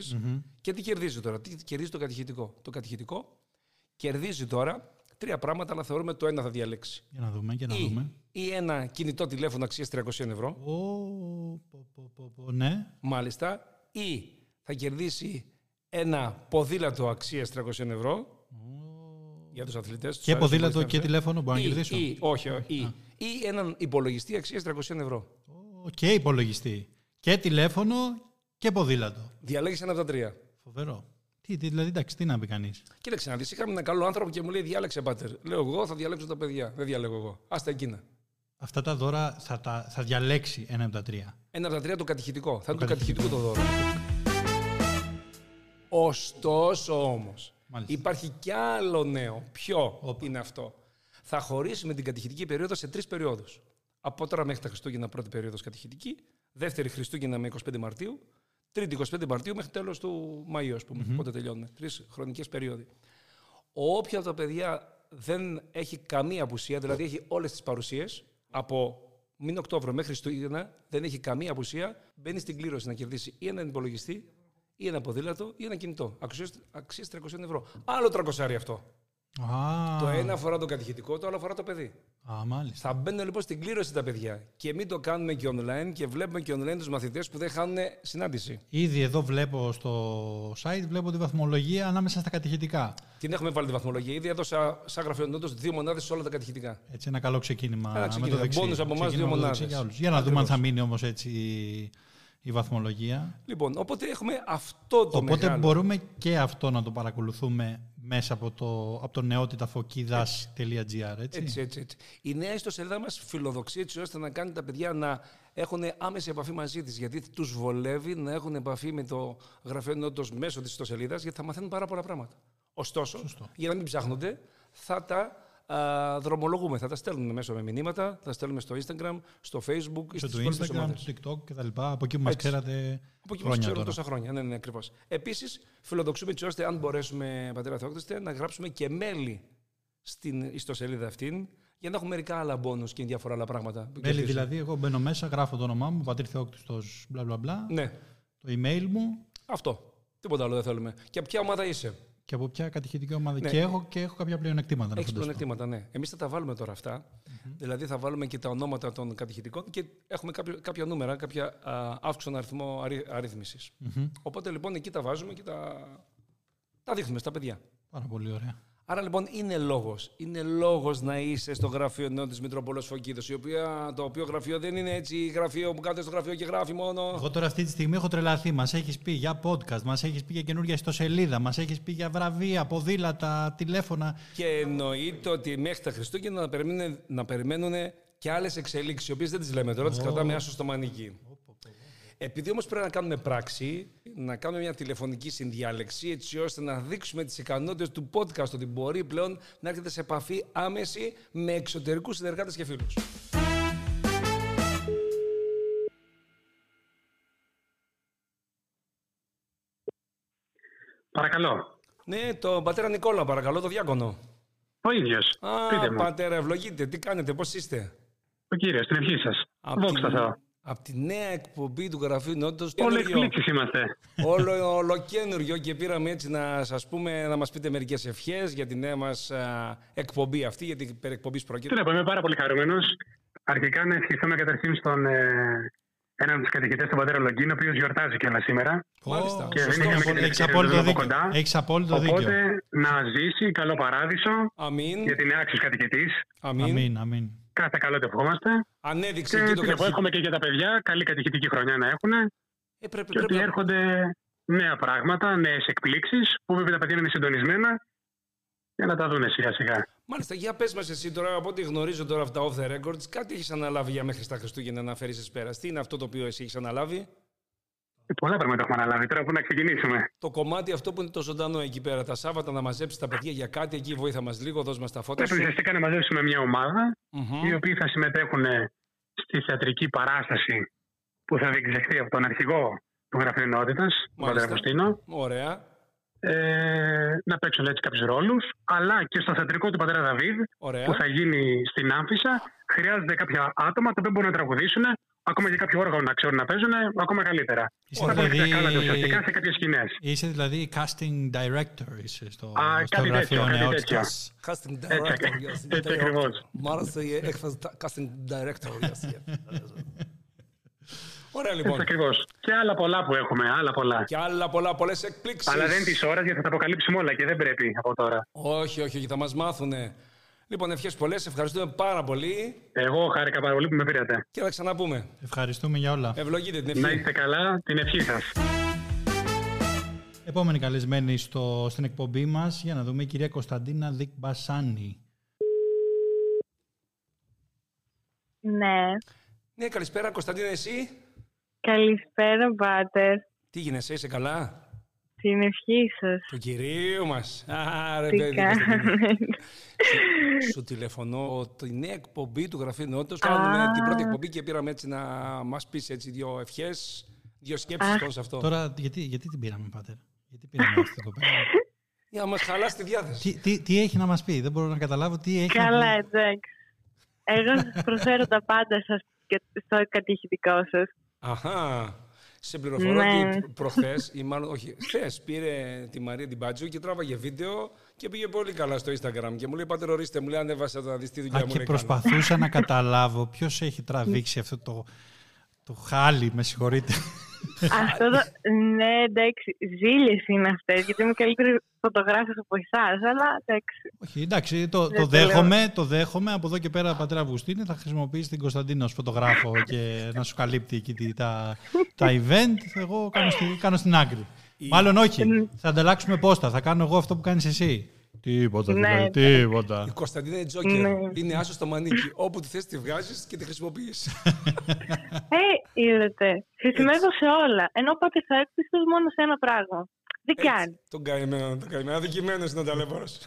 Speaker 2: Και τι κερδίζει τώρα, τι κερδίζει το κατηχητικό. Το κατηχητικό κερδίζει τώρα τρία πράγματα, αλλά θεωρούμε το ένα θα διαλέξει.
Speaker 3: Για να δούμε, για να
Speaker 2: Ή,
Speaker 3: δούμε.
Speaker 2: ή ένα κινητό τηλέφωνο αξίας 300 ευρώ,
Speaker 3: Ο, πω, πω, πω, πω, ναι.
Speaker 2: μάλιστα, ή θα κερδίσει ένα ποδήλατο αξίας 300 ευρώ. Για τους αθλητές.
Speaker 3: Και ποδήλατο και τηλέφωνο μπορώ να κερδίσω.
Speaker 2: Ή, όχι, όχι, ή, ή έναν υπολογιστή αξίας 300 ευρώ.
Speaker 3: Ω, Και υπολογιστή. Και τηλέφωνο και ποδήλατο.
Speaker 2: Διαλέγεις ένα από τα τρία.
Speaker 3: Φοβερό. Τι, τι- δηλαδή, εντάξει, τι να πει κανείς.
Speaker 2: Κοίταξε να δεις. Είχαμε ένα καλό άνθρωπο και μου λέει: Διάλεξε, Πάτερ. Λέω εγώ, θα διαλέξω τα παιδιά. Δεν διαλέγω εγώ. Άστα εκείνα.
Speaker 3: Αυτά τα δώρα θα, τα, θα διαλέξει ένα από τα τρία.
Speaker 2: Ένα από τα τρία το κατηχητικό. Θα είναι το κατηχητικό το δώρο. Ωστόσο όμως,
Speaker 3: Μάλιστα.
Speaker 2: υπάρχει κι άλλο νέο. Ποιο
Speaker 3: Όπα.
Speaker 2: είναι αυτό. Θα χωρίσουμε την κατηχητική περίοδο σε τρεις περιόδους. Από τώρα μέχρι τα Χριστούγεννα, πρώτη περίοδος κατηχητική. Δεύτερη Χριστούγεννα με 25 Μαρτίου. Τρίτη 25 Μαρτίου μέχρι τέλος του Μαΐου, ας πουμε Πότε τελειώνουμε. Τρεις χρονικές περίοδοι. Όποια από τα παιδιά δεν έχει καμία απουσία, δηλαδή έχει όλες τις παρουσίες, από μήνα Οκτώβριο μέχρι Χριστούγεννα δεν έχει καμία απουσία. Μπαίνει στην κλήρωση να κερδίσει ή έναν υπολογιστή, ή ένα ποδήλατο, ή ένα κινητό. Αξία 300 ευρώ. Άλλο 300 αυτό.
Speaker 3: Α,
Speaker 2: Το ένα αφορά το κατηχητικό, το άλλο αφορά το παιδί.
Speaker 3: Α, μάλιστα.
Speaker 2: Θα μπαίνουν λοιπόν στην κλήρωση τα παιδιά. Και μην το κάνουμε και online και βλέπουμε και online τους μαθητές που δεν χάνουν συνάντηση.
Speaker 3: Ήδη εδώ βλέπω στο site, βλέπω τη βαθμολογία ανάμεσα στα κατηχητικά.
Speaker 2: Την έχουμε βάλει τη βαθμολογία. Ήδη έδωσα σαν γραφειονότο δύο μονάδες σε όλα τα κατηχητικά.
Speaker 3: Έτσι, ένα καλό ξεκίνημα.
Speaker 2: Ένα ξεκίνημα.
Speaker 3: με το δεξί.
Speaker 2: Bonus από εμάς,
Speaker 3: Ξεκίνημα
Speaker 2: δύο
Speaker 3: με το
Speaker 2: μονάδες.
Speaker 3: δεξί για όλους. Για να δούμε αν
Speaker 2: Ακριβώς.
Speaker 3: θα μείνει όμως έτσι η βαθμολογία.
Speaker 2: Λοιπόν, οπότε έχουμε αυτό το
Speaker 3: Οπότε
Speaker 2: μεγάλο.
Speaker 3: μπορούμε και αυτό να το παρακολουθούμε μέσα από το, από το νεότηταφοκίδας.gr, έτσι.
Speaker 2: Έτσι, έτσι, έτσι. Η νέα ιστοσελίδα μας φιλοδοξεί έτσι ώστε να κάνει τα παιδιά να έχουν άμεση επαφή μαζί της. Γιατί τους βολεύει να έχουν επαφή με το γραφείο ενότητος μέσω της ιστοσελίδας, γιατί θα μαθαίνουν πάρα πολλά πράγματα. Ωστόσο, για να μην ψάχνονται, θα τα α, δρομολογούμε. Θα τα στέλνουμε μέσω με μηνύματα, θα τα στέλνουμε στο Instagram, στο Facebook ή στι
Speaker 3: Στο Instagram,
Speaker 2: υπόλοιπες ομάδες.
Speaker 3: στο TikTok κτλ. Από εκεί που μας
Speaker 2: Έτσι.
Speaker 3: ξέρατε
Speaker 2: Από εκεί που
Speaker 3: χρόνια
Speaker 2: ξέρουν
Speaker 3: τώρα.
Speaker 2: τόσα χρόνια. Ναι, ναι, ακριβώς. Επίσης, φιλοδοξούμε έτσι ώστε, αν μπορέσουμε, πατέρα Θεόκτωστε, να γράψουμε και μέλη στην ιστοσελίδα αυτήν για να έχουμε μερικά άλλα μπόνου και διάφορα άλλα πράγματα. που
Speaker 3: Μέλη
Speaker 2: κερδίζουν.
Speaker 3: δηλαδή, εγώ μπαίνω μέσα, γράφω το όνομά μου, Πατήρ Θεόκτιστος, μπλα μπλα μπλα,
Speaker 2: Ναι,
Speaker 3: το email μου
Speaker 2: αυτό. Τίποτα άλλο δεν θέλουμε. Και από ποια ομάδα είσαι.
Speaker 3: και από ποια κατηχητική ομάδα.
Speaker 2: Ναι.
Speaker 3: Και, έχω, και έχω κάποια πλεονεκτήματα να
Speaker 2: Έχεις
Speaker 3: φανταστώ.
Speaker 2: πλεονεκτήματα, ναι. Εμείς θα τα βάλουμε τώρα αυτά. Δηλαδή θα βάλουμε και τα ονόματα των κατηχητικών και έχουμε κάποιο, κάποια νούμερα, κάποια α, αύξον αριθμό αρι, αριθμηση
Speaker 3: Μμμ.
Speaker 2: Οπότε λοιπόν εκεί τα βάζουμε και τα, τα δείχνουμε στα παιδιά.
Speaker 3: Πάρα πολύ ωραία.
Speaker 2: Άρα λοιπόν είναι λόγος. Είναι λόγος να είσαι στο γραφείο ενώ τη Μητρόπολο Φωκίδο, το οποίο γραφείο δεν είναι έτσι γραφείο που κάθεται στο γραφείο και γράφει μόνο.
Speaker 3: Εγώ τώρα αυτή τη στιγμή έχω τρελαθεί. Μας έχεις πει για podcast, μας έχεις πει για καινούργια ιστοσελίδα, μας έχεις πει για βραβεία, ποδήλατα, τηλέφωνα.
Speaker 2: Και εννοείται ότι μέχρι τα Χριστούγεννα να περιμένουν, να περιμένουν και άλλες εξελίξεις, οι οποίες δεν τις λέμε τώρα, τις κρατάμε άσο στο μανίκι. Επειδή όμως πρέπει να κάνουμε πράξη, να κάνουμε μια τηλεφωνική συνδιάλεξη, έτσι ώστε να δείξουμε τις ικανότητες του podcast, ότι μπορεί πλέον να έρχεται σε επαφή άμεση με εξωτερικούς συνεργάτες και φίλους.
Speaker 4: Παρακαλώ.
Speaker 2: Ναι, τον πατέρα Νικόλα, παρακαλώ, το διάκονο.
Speaker 4: Ο ίδιος. Πείτε
Speaker 2: Α,
Speaker 4: μου.
Speaker 2: πατέρα, ευλογείτε. Τι κάνετε, πώς είστε.
Speaker 4: Ο κύριος, στην ευχή σας. Βόξα Θεό.
Speaker 2: απ' τη νέα εκπομπή του γραφείου Νότος,
Speaker 4: Όλε
Speaker 2: καινούριο,
Speaker 4: εκπλήξεις είμαστε.
Speaker 2: όλο, ολοκένουργιο και πήραμε έτσι να σας πούμε, να μας πείτε μερικές ευχές για τη νέα μας α, εκπομπή αυτή, γιατί περί εκπομπής
Speaker 4: Τι
Speaker 2: πρόκειται.
Speaker 4: να πω, είμαι πάρα πολύ χαρούμενος. Αρχικά να ευχηθούμε καταρχήν στον ε, έναν από τους κατοικητές, τον πατέρα Λογκίν, ο οποίος γιορτάζει και ένα σήμερα.
Speaker 2: Μάλιστα.
Speaker 4: Και δεν
Speaker 3: Σωστό,
Speaker 4: είχαμε
Speaker 3: πολύ-
Speaker 4: την
Speaker 3: έχεις
Speaker 4: ευκαιρία να
Speaker 3: απόλυτο
Speaker 4: δούμε από
Speaker 3: δίκιο.
Speaker 4: κοντά.
Speaker 3: Έχεις απόλυτο
Speaker 4: Οπότε
Speaker 3: δίκιο.
Speaker 4: να ζήσει καλό παράδεισο,
Speaker 2: Αμήν,
Speaker 4: γιατί είναι άξιο κατοικητή.
Speaker 2: αμήν.
Speaker 3: Αμήν, αμήν.
Speaker 4: Κάθε καλό το ευχόμαστε.
Speaker 2: Ανέδειξε
Speaker 4: Και
Speaker 2: εκεί
Speaker 4: τι
Speaker 2: το
Speaker 4: να πω,
Speaker 2: κατηχητή.
Speaker 4: εύχομαι και για τα παιδιά καλή κατοικητική χρονιά να έχουν
Speaker 2: Ε, πρέπει,
Speaker 4: και ότι
Speaker 2: πρέπει, να-
Speaker 4: έρχονται νέα πράγματα, νέες εκπλήξεις που βέβαια τα παιδιά είναι συντονισμένα για να τα δουν σιγά σιγά.
Speaker 2: Μάλιστα, για πες μας εσύ τώρα, από ό,τι γνωρίζω τώρα από τα off the records, κάτι έχεις αναλάβει για μέχρι τα Χριστούγεννα να φέρεις εις πέρας. Τι είναι αυτό το οποίο εσύ έχεις αναλάβει.
Speaker 4: Πολλά πράγματα έχουμε αναλάβει. Τώρα που να ξεκινήσουμε.
Speaker 2: το κομμάτι αυτό που είναι το ζωντανό εκεί πέρα. Τα Σάββατα να μαζέψεις τα παιδιά για κάτι, εκεί βοήθα μας λίγο, δώσ' μας τα φώτα
Speaker 4: Πρέπει
Speaker 2: σου.
Speaker 4: ουσιαστικά να μαζέψουμε μια ομάδα
Speaker 2: Μμμ.
Speaker 4: οι οποίοι θα συμμετέχουν ε, στη θεατρική παράσταση που θα διεξαχθεί από τον αρχηγό του Γραφείου Ενότητας, τον Πατέρα Αγουστίνο.
Speaker 2: Ωραία.
Speaker 4: Ε, να παίξουν έτσι κάποιους ρόλους, αλλά και στο θεατρικό του Πατέρα Δαβίδ
Speaker 2: Ωραία.
Speaker 4: που θα γίνει στην Άμφισσα χρειάζονται κάποια άτομα τα οποία μπορούν να τραγουδήσουν, ακόμα και κάποιο όργανο να ξέρουν να παίζουν, ακόμα καλύτερα.
Speaker 3: Είσαι
Speaker 4: θα μπορεί να
Speaker 3: δηλαδή-
Speaker 4: κάνετε ουσιαστικά σε κάποιες σκηνές.
Speaker 3: Είσαι δηλαδή casting director είσαι στο,
Speaker 4: Α,
Speaker 3: στο
Speaker 4: κάτι
Speaker 3: γραφείο
Speaker 4: τέτοιο, κάτι
Speaker 3: νεότητας.
Speaker 2: Casting
Speaker 4: director, yes. έτσι ακριβώς.
Speaker 2: Μ' άρεσε η έκφραση casting director. Ωραία λοιπόν.
Speaker 4: Έτσι ακριβώς. Και άλλα πολλά που έχουμε, άλλα πολλά.
Speaker 2: Και άλλα πολλά, πολλές εκπλήξεις.
Speaker 4: Αλλά δεν της ώρας γιατί θα τα αποκαλύψουμε όλα και δεν πρέπει από τώρα.
Speaker 2: Όχι, όχι, όχι, θα μας μάθουνε. Λοιπόν, ευχές πολλές, ευχαριστούμε πάρα πολύ
Speaker 4: Εγώ χάρηκα πάρα πολύ που με πήρατε.
Speaker 2: και θα ξαναπούμε.
Speaker 3: Ευχαριστούμε για όλα.
Speaker 2: Ευλογείτε την
Speaker 4: Να
Speaker 2: ευχή.
Speaker 4: είστε καλά, την ευχή σας.
Speaker 3: Επόμενη καλεσμένη στο, στην εκπομπή μας για να δούμε η κυρία Κωνσταντίνα Δικμπασάνη.
Speaker 5: Ναι.
Speaker 2: Ναι, καλησπέρα, Κωνσταντίνα, εσύ.
Speaker 5: Καλησπέρα, Πάτερ.
Speaker 2: Τι γίνεσαι, είσαι καλά.
Speaker 5: Την ευχή σας.
Speaker 2: Του κυρίου μας. Άρε,
Speaker 5: Τι
Speaker 2: παιδί. Κωνσταντίνε.
Speaker 5: κάνετε.
Speaker 2: Σου τηλεφωνώ ότι η νέα εκπομπή του Γραφείου Νεότητος κάνουμε
Speaker 5: Α.
Speaker 2: την πρώτη εκπομπή και πήραμε έτσι να μας πεις έτσι δύο ευχές, δύο σκέψεις πάνω σε αυτό.
Speaker 3: Τώρα, γιατί, γιατί την πήραμε, Πάτερ. Γιατί πήραμε αυτή την κοπέλα.
Speaker 2: Για να μας χαλάσει τη διάθεση.
Speaker 3: τι, τι, τι έχει να μας πει, δεν μπορώ να καταλάβω τι έχει να
Speaker 5: Καλά,
Speaker 3: πει.
Speaker 5: εντάξει. Εγώ σας προσφέρω τα πάντα σας και στο κατηχητικό σας.
Speaker 2: Αχά. Σε πληροφορώ
Speaker 5: Ναι.
Speaker 2: ότι προχθές, ή μάλλον όχι, χθες πήρε τη Μαρία την Μπάτζου και τράβαγε βίντεο και πήγε πολύ καλά στο Instagram. Και μου λέει: Πάτε ρωτήστε, μου λέει: Ανέβασα το να δεις τι δουλειά
Speaker 3: Α,
Speaker 2: μου
Speaker 3: και
Speaker 2: λέει,
Speaker 3: προσπαθούσα να καταλάβω ποιος έχει τραβήξει
Speaker 5: Ναι.
Speaker 3: αυτό το, το χάλι, με συγχωρείτε.
Speaker 5: Αυτό το... Ναι, εντάξει, ζήλες είναι αυτές, γιατί είμαι καλύτερη φωτογράφος από εσάς, αλλά εντάξει.
Speaker 3: Όχι, εντάξει, το,
Speaker 5: Δεν
Speaker 3: το
Speaker 5: Ναι, το λέω.
Speaker 3: δέχομαι, το δέχομαι. Από εδώ και πέρα, πατέρα Αυγουστίνη, θα χρησιμοποιήσει την Κωνσταντίνα ως φωτογράφο και να σου καλύπτει εκεί τη- τα, τα event. Εγώ κάνω, στη, κάνω στην άκρη. Μάλλον όχι. Θα ανταλλάξουμε πόστα. Θα κάνω εγώ αυτό που κάνεις εσύ. Τίποτα,
Speaker 5: Ναι.
Speaker 3: δηλαδή, τίποτα.
Speaker 2: Η Κωνσταντίνα είναι τζόκερ.
Speaker 5: Ναι.
Speaker 2: Είναι άσος στο μανίκι. Όπου τη θες τη βγάζεις και τη χρησιμοποιείς.
Speaker 5: Ε, είδατε, χρησιμεύω σε όλα, ενώ πάτε θα έκπιστος μόνο σε ένα πράγμα. Δεν κάνει.
Speaker 2: τον καημένο, τον καημένο. Αδικημένος είναι ο ταλέπορος.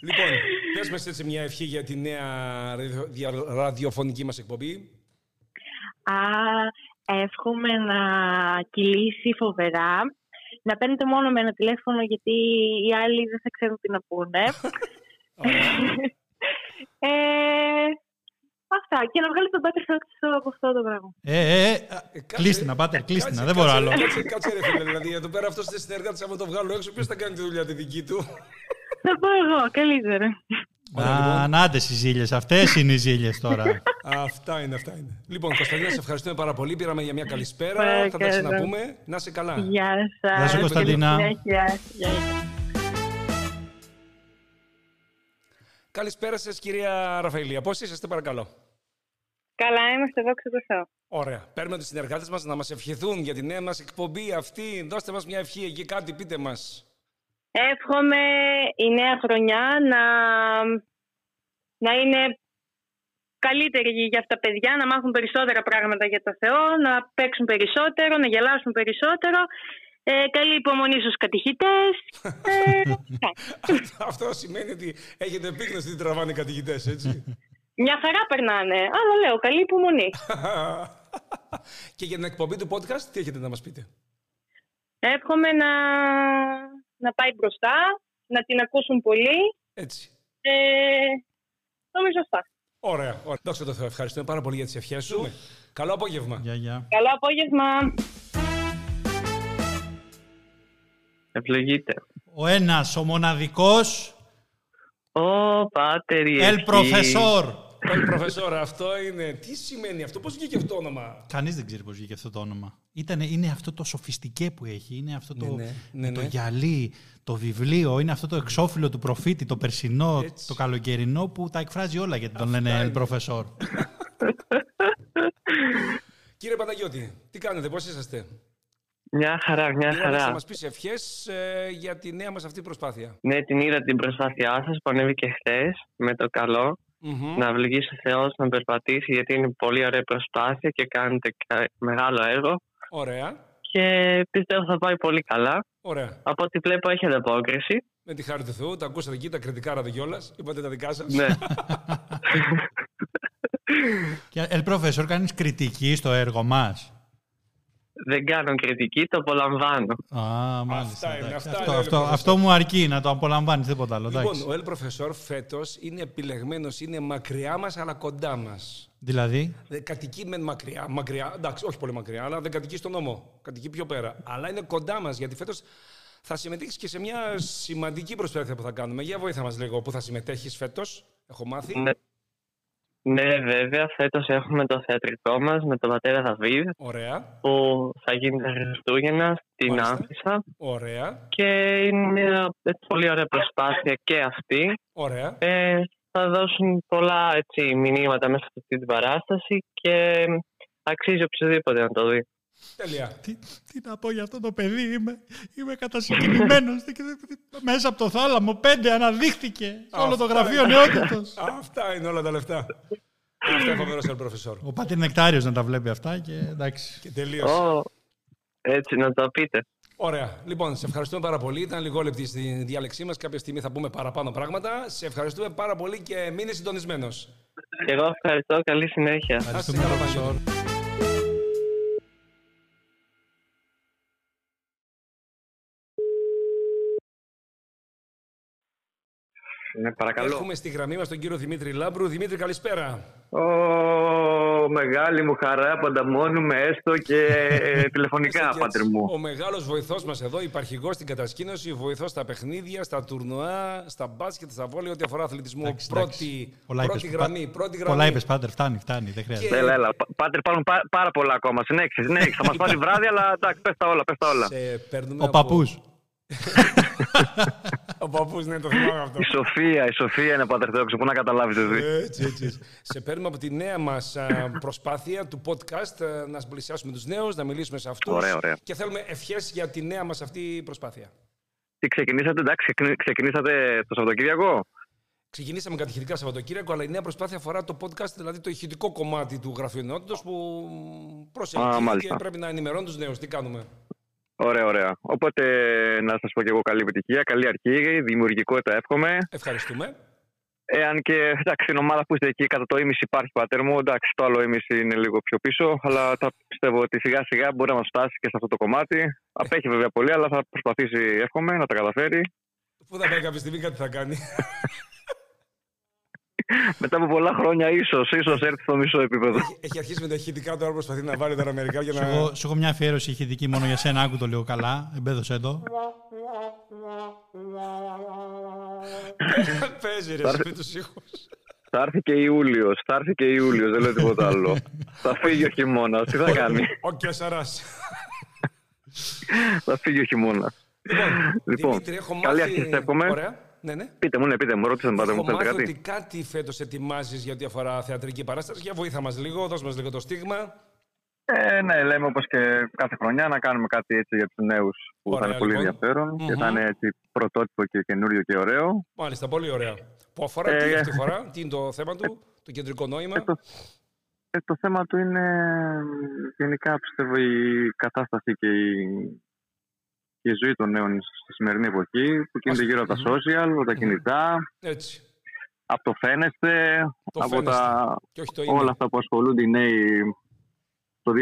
Speaker 2: λοιπόν, πες μας έτσι μια ευχή για τη νέα ραδιο- δια- ραδιοφωνική μας εκπομπή.
Speaker 5: Α, εύχομαι να κυλήσει φοβερά. Να παίρνετε μόνο με ένα τηλέφωνο γιατί οι άλλοι δεν θα ξέρουν τι να πούνε. ε, αυτά. Και να βγάλετε τον Πάτερ Σάξ από αυτό το πράγμα.
Speaker 3: Ε, ε, ε, α,
Speaker 2: Ε, κάτσε.
Speaker 3: κλείσ' την να πάτε, κλείσ' την να,
Speaker 2: Κάτσε,
Speaker 3: δεν μπορώ
Speaker 2: κάτσε,
Speaker 3: άλλο.
Speaker 2: Κάτσε, κάτσε, ρε φίλε. Δηλαδή, εδώ πέρα αυτός είναι συνεργάτης. Άμα το βγάλω έξω, ποιος θα κάνει τη δουλειά τη δική του.
Speaker 5: Θα πω εγώ, καλύτερα.
Speaker 2: Ωραία, λοιπόν.
Speaker 3: Α, να ντε οι ζήλιες, αυτές είναι οι ζήλιες τώρα.
Speaker 2: αυτά είναι, αυτά είναι. Λοιπόν, Κωνσταντίνα, σε ευχαριστούμε πάρα πολύ. Πήραμε για μια καλησπέρα.
Speaker 5: Παρακαλώ.
Speaker 2: θα τα ξαναπούμε. Να είσαι καλά.
Speaker 5: Γεια σας.
Speaker 3: Γεια σου,
Speaker 5: Και
Speaker 3: Κωνσταντίνα.
Speaker 5: τη συνέχεια. Γεια.
Speaker 2: Καλησπέρα σας, κυρία Ραφαηλία. Πώς είσαστε, παρακαλώ.
Speaker 5: Καλά είμαστε, δόξα τω Θεώ.
Speaker 2: Ωραία. Παίρνουμε τους συνεργάτες μας να μας ευχηθούν για τη νέα μας εκπομπή αυτή. Δώστε μας μια ευχή εκεί, κάτι πείτε μας.
Speaker 5: Εύχομαι η νέα χρονιά να, να είναι καλύτερη για αυτά τα παιδιά, να μάθουν περισσότερα πράγματα για το Θεό, να παίξουν περισσότερο, να γελάσουν περισσότερο. Ε, καλή υπομονή στους κατηχητές. Ε, ναι.
Speaker 2: Αυτό- Αυτό σημαίνει ότι έχετε επίγνωση τι τραβάνε οι κατηγητές, έτσι.
Speaker 5: μια χαρά περνάνε, αλλά λέω καλή υπομονή.
Speaker 2: και για την εκπομπή του podcast, τι έχετε να μας πείτε.
Speaker 5: Εύχομαι να, να πάει μπροστά, να την ακούσουν πολύ.
Speaker 2: Έτσι.
Speaker 5: Ε, νομίζω αυτά.
Speaker 2: Ωραία. ωραία. Δόξα τω Θεώ. Ευχαριστούμε πάρα πολύ για τις ευχές σου. Καλό απόγευμα.
Speaker 3: Γεια, γεια.
Speaker 5: Καλό απόγευμα.
Speaker 6: Ευλογείτε.
Speaker 3: Ο ένας, ο μοναδικός,
Speaker 6: Ω, πάτερ
Speaker 3: ελ
Speaker 6: Ιερχή.
Speaker 3: προφεσόρ.
Speaker 2: Τον προφεσόρα, αυτό είναι. Τι σημαίνει αυτό, πώς βγήκε αυτό το όνομα.
Speaker 3: Κανείς δεν ξέρει πώς βγήκε αυτό το όνομα. Ήτανε, είναι αυτό το σοφιστικέ που έχει, είναι αυτό το,
Speaker 2: Ναι, ναι, ναι,
Speaker 3: το
Speaker 2: ναι.
Speaker 3: γυαλί, το βιβλίο, είναι αυτό το εξώφυλλο του προφήτη, το περσινό,
Speaker 2: Έτσι.
Speaker 3: το καλοκαιρινό που τα εκφράζει όλα γιατί τον λένε ελ προφεσόρ.
Speaker 2: Κύριε Παναγιώτη, τι κάνετε, πώς είσαστε.
Speaker 6: Μια χαρά, μια
Speaker 2: Πήραμε να
Speaker 6: χαρά.
Speaker 2: μας πεις ευχές ε, για τη νέα μας αυτή προσπάθεια.
Speaker 6: Ναι, την είδα την προσπάθειά σας που ανέβηκε χθες με το καλό.
Speaker 2: Μμμ.
Speaker 6: Να ευλογήσει ο Θεός να περπατήσει γιατί είναι πολύ ωραία προσπάθεια και κάνετε κα- μεγάλο έργο.
Speaker 2: Ωραία.
Speaker 6: Και πιστεύω θα πάει πολύ καλά.
Speaker 2: Ωραία.
Speaker 6: Από ό,τι βλέπω έχει ανταπόκριση.
Speaker 2: Με τη χάρη του Θεού, τα ακούσατε εκεί, τα κριτικά κιόλα. Είπατε τα δικά σας.
Speaker 6: ναι.
Speaker 3: Και ελ προφεσόρ κάνεις κριτική στο έργο μας.
Speaker 6: Δεν κάνω κριτική, το απολαμβάνω.
Speaker 3: Α, μάλιστα.
Speaker 2: είναι,
Speaker 3: εντάξει.
Speaker 2: αυτά
Speaker 3: αυτό,
Speaker 2: είναι, El
Speaker 3: αυτό,
Speaker 2: Professor.
Speaker 3: αυτό μου αρκεί να το απολαμβάνεις τίποτα άλλο.
Speaker 2: Λοιπόν,
Speaker 3: εντάξει.
Speaker 2: ο El Professor φέτος είναι επιλεγμένος, είναι μακριά μας αλλά κοντά μας.
Speaker 3: Δηλαδή,
Speaker 2: Κατοικεί με μακριά, μακριά, εντάξει, όχι πολύ μακριά, αλλά δεν κατοικεί στον νόμο. Κατοικεί πιο πέρα. Αλλά είναι κοντά μας γιατί φέτος θα συμμετέχεις και σε μια σημαντική προσπάθεια που θα κάνουμε. Για βοήθα μας λίγο, που θα συμμετέχεις φέτος. Έχω μάθει.
Speaker 6: Ναι. Ναι, βέβαια, φέτος έχουμε το θεατρικό μας με τον πατέρα Δαβίδ.
Speaker 2: Ωραία,
Speaker 6: που θα γίνει τα Χριστούγεννα στην
Speaker 2: Μάλιστα.
Speaker 6: Άμφισσα
Speaker 2: ωραία,
Speaker 6: και είναι μια πολύ ωραία προσπάθεια και αυτή.
Speaker 2: ωραία.
Speaker 6: Ε, θα δώσουν πολλά έτσι, μηνύματα μέσα από αυτή την παράσταση και αξίζει οποιοδήποτε να το δει.
Speaker 2: Τέλεια.
Speaker 3: τι, τι να πω για αυτό το παιδί, είμαι, είμαι κατασυγκινημένος. Τι- Μέσα από το θάλαμο, πέντε αναδείχθηκε όλο το
Speaker 2: Αυτά
Speaker 3: γραφείο
Speaker 2: είναι.
Speaker 3: νεότητος.
Speaker 2: Αυτά είναι όλα τα λεφτά. Αυτά είναι φοβερό El Professor.
Speaker 3: Ο Πάτερ Νεκτάριος να τα βλέπει αυτά και εντάξει.
Speaker 2: Και τελείωσε.
Speaker 6: Ω, έτσι να το πείτε.
Speaker 2: Ωραία. Λοιπόν, σε ευχαριστούμε πάρα πολύ. Ήταν λιγόλεπτη στη διάλεξή μας. Κάποια στιγμή θα πούμε παραπάνω πράγματα. Σε ευχαριστούμε πάρα πολύ και μείνε συντονισμένος.
Speaker 6: Και εγώ ευχαριστώ. Καλή συνέχεια.
Speaker 3: Ευχαριστούμε, Professor.
Speaker 7: Ναι, παρακαλώ.
Speaker 2: Έχουμε στη γραμμή μας τον κύριο Δημήτρη Λάμπρου. Δημήτρη, καλησπέρα.
Speaker 7: Ω, μεγάλη μου χαρά, πανταμώνουμε έστω και ε, τηλεφωνικά,
Speaker 2: Είστε και
Speaker 7: πατρί
Speaker 2: έτσι.
Speaker 7: μου.
Speaker 2: Ο μεγάλος βοηθός μας εδώ, υπαρχηγός στην κατασκήνωση, βοηθός στα παιχνίδια, στα τουρνουά, στα μπάσκετ, στα βόλια, ό,τι αφορά αθλητισμό.
Speaker 3: Εντάξει,
Speaker 2: πρώτη,
Speaker 3: εντάξει. Πολλά
Speaker 2: πρώτη
Speaker 3: είπες,
Speaker 2: γραμμή,
Speaker 3: πα-
Speaker 2: πρώτη γραμμή.
Speaker 3: Πολλά είπες, Πάντερ, φτάνει, φτάνει. Δεν χρειάζεται.
Speaker 2: Και-
Speaker 7: Ε, Έλα, έλα. Πα- Πάτερ, υπάρχουν πά- πάρα πολλά ακόμα. Συνέχισε, συνέχισε. Θα μας πάρει βράδυ, αλλά εντάξει, πες τα όλα. Πες τα όλα.
Speaker 2: Σε παίρνουμε
Speaker 3: Ο
Speaker 2: από-
Speaker 3: παππούς.
Speaker 2: Ο παππούς, ναι, το θυμάμαι αυτό.
Speaker 7: Η Σοφία, η Σοφία είναι πατρί, πού να καταλάβει το δει.
Speaker 2: Έτσι, έτσι, έτσι. σε παίρνουμε από τη νέα μας α, προσπάθεια του podcast α, να πλησιάσουμε τους νέους, να μιλήσουμε σε αυτούς.
Speaker 7: Ωραία, ωραία.
Speaker 2: Και θέλουμε ευχές για τη νέα μας αυτή προσπάθεια.
Speaker 7: Τι ξεκινήσατε, εντάξει, ξεκινή- ξεκινήσατε το Σαββατοκύριακο.
Speaker 2: Ξεκινήσαμε κατηχητικά Σαββατοκύριακο, αλλά η νέα προσπάθεια αφορά το podcast, δηλαδή το ηχητικό κομμάτι του γραφείου Ενότητος, που
Speaker 7: Α,
Speaker 2: προσελκύει και
Speaker 7: μάλιστα.
Speaker 2: πρέπει να ενημερώνει τους νέους. Τι κάνουμε.
Speaker 7: Ωραία, ωραία. Οπότε να σας πω και εγώ καλή επιτυχία, καλή αρχή, δημιουργικότητα εύχομαι.
Speaker 2: Ευχαριστούμε.
Speaker 7: Εάν και εντάξει, την ομάδα που είστε εκεί κατά το ίμιση υπάρχει πατέρ μου, εντάξει, το άλλο ίμιση είναι λίγο πιο πίσω, αλλά θα πιστεύω ότι σιγά σιγά μπορεί να μας φτάσει και σε αυτό το κομμάτι. Απέχει βέβαια πολύ, αλλά θα προσπαθήσει, εύχομαι, να τα καταφέρει.
Speaker 2: Πού θα πάει κάποια στιγμή, κάτι θα κάνει.
Speaker 7: Μετά από πολλά χρόνια, ίσως ίσως έρθει στο μισό επίπεδο.
Speaker 2: έχει, έχει αρχίσει με τα ηχητικά, τώρα προσπαθεί να βάλει τώρα μερικά για
Speaker 3: Σου
Speaker 2: να.
Speaker 3: έχω- Σου έχω μια αφιέρωση ηχητική μόνο για σένα, άκου το λίγο καλά. Εμπέδωσε το.
Speaker 2: Παίζει ρε, σπίτι τους ήχους.
Speaker 7: θα έρθει και Ιούλιος, θα έρθει και Ιούλιος, δεν λέω τίποτα άλλο. θα φύγει ο χειμώνας, τι θα κάνει.
Speaker 2: Ο Κεσαράς.
Speaker 7: θα φύγει ο χειμώνας. Λοιπόν,
Speaker 2: Δημήτρη, έχω μάθει...
Speaker 7: καλή αρχή, σε εύχομαι.
Speaker 2: Ωραία. Ναι, ναι.
Speaker 7: Πείτε μου, ναι, πείτε μου, ρώτησε πατέρ
Speaker 2: Έχω
Speaker 7: μου, θέλετε
Speaker 2: μάθει
Speaker 7: κάτι.
Speaker 2: ότι κάτι φέτος ετοιμάζεις για ό,τι αφορά θεατρική παράσταση. Για βοήθα μας λίγο, δώσ' μας λίγο το στίγμα.
Speaker 7: Ε, ναι, λέμε όπως και κάθε χρονιά να κάνουμε κάτι έτσι για τους νέους που
Speaker 2: Ωραία,
Speaker 7: θα είναι πολύ
Speaker 2: λοιπόν.
Speaker 7: ενδιαφέρον και θα
Speaker 2: Μμμ.
Speaker 7: είναι έτσι πρωτότυπο και καινούριο και ωραίο.
Speaker 2: Μάλιστα, πολύ ωραία. Που αφορά
Speaker 7: Ε,
Speaker 2: τι
Speaker 7: ε.
Speaker 2: αυτή τη φορά, τι είναι το θέμα του, το κεντρικό νόημα.
Speaker 7: το- Ε, το θέμα του είναι μ, γενικά πιστεύω η κατάσταση και η, και η ζωή των νέων στη σημερινή εποχή που κινείται
Speaker 2: Ας-
Speaker 7: γύρω από τα
Speaker 2: Μμμ.
Speaker 7: social, από τα κινητά,
Speaker 2: Έτσι.
Speaker 7: από το φαίνεστε,
Speaker 2: Το
Speaker 7: από
Speaker 2: φαίνεστε.
Speaker 7: τα,
Speaker 2: Και όχι το είναι.
Speaker 7: όλα αυτά που ασχολούνται οι νέοι το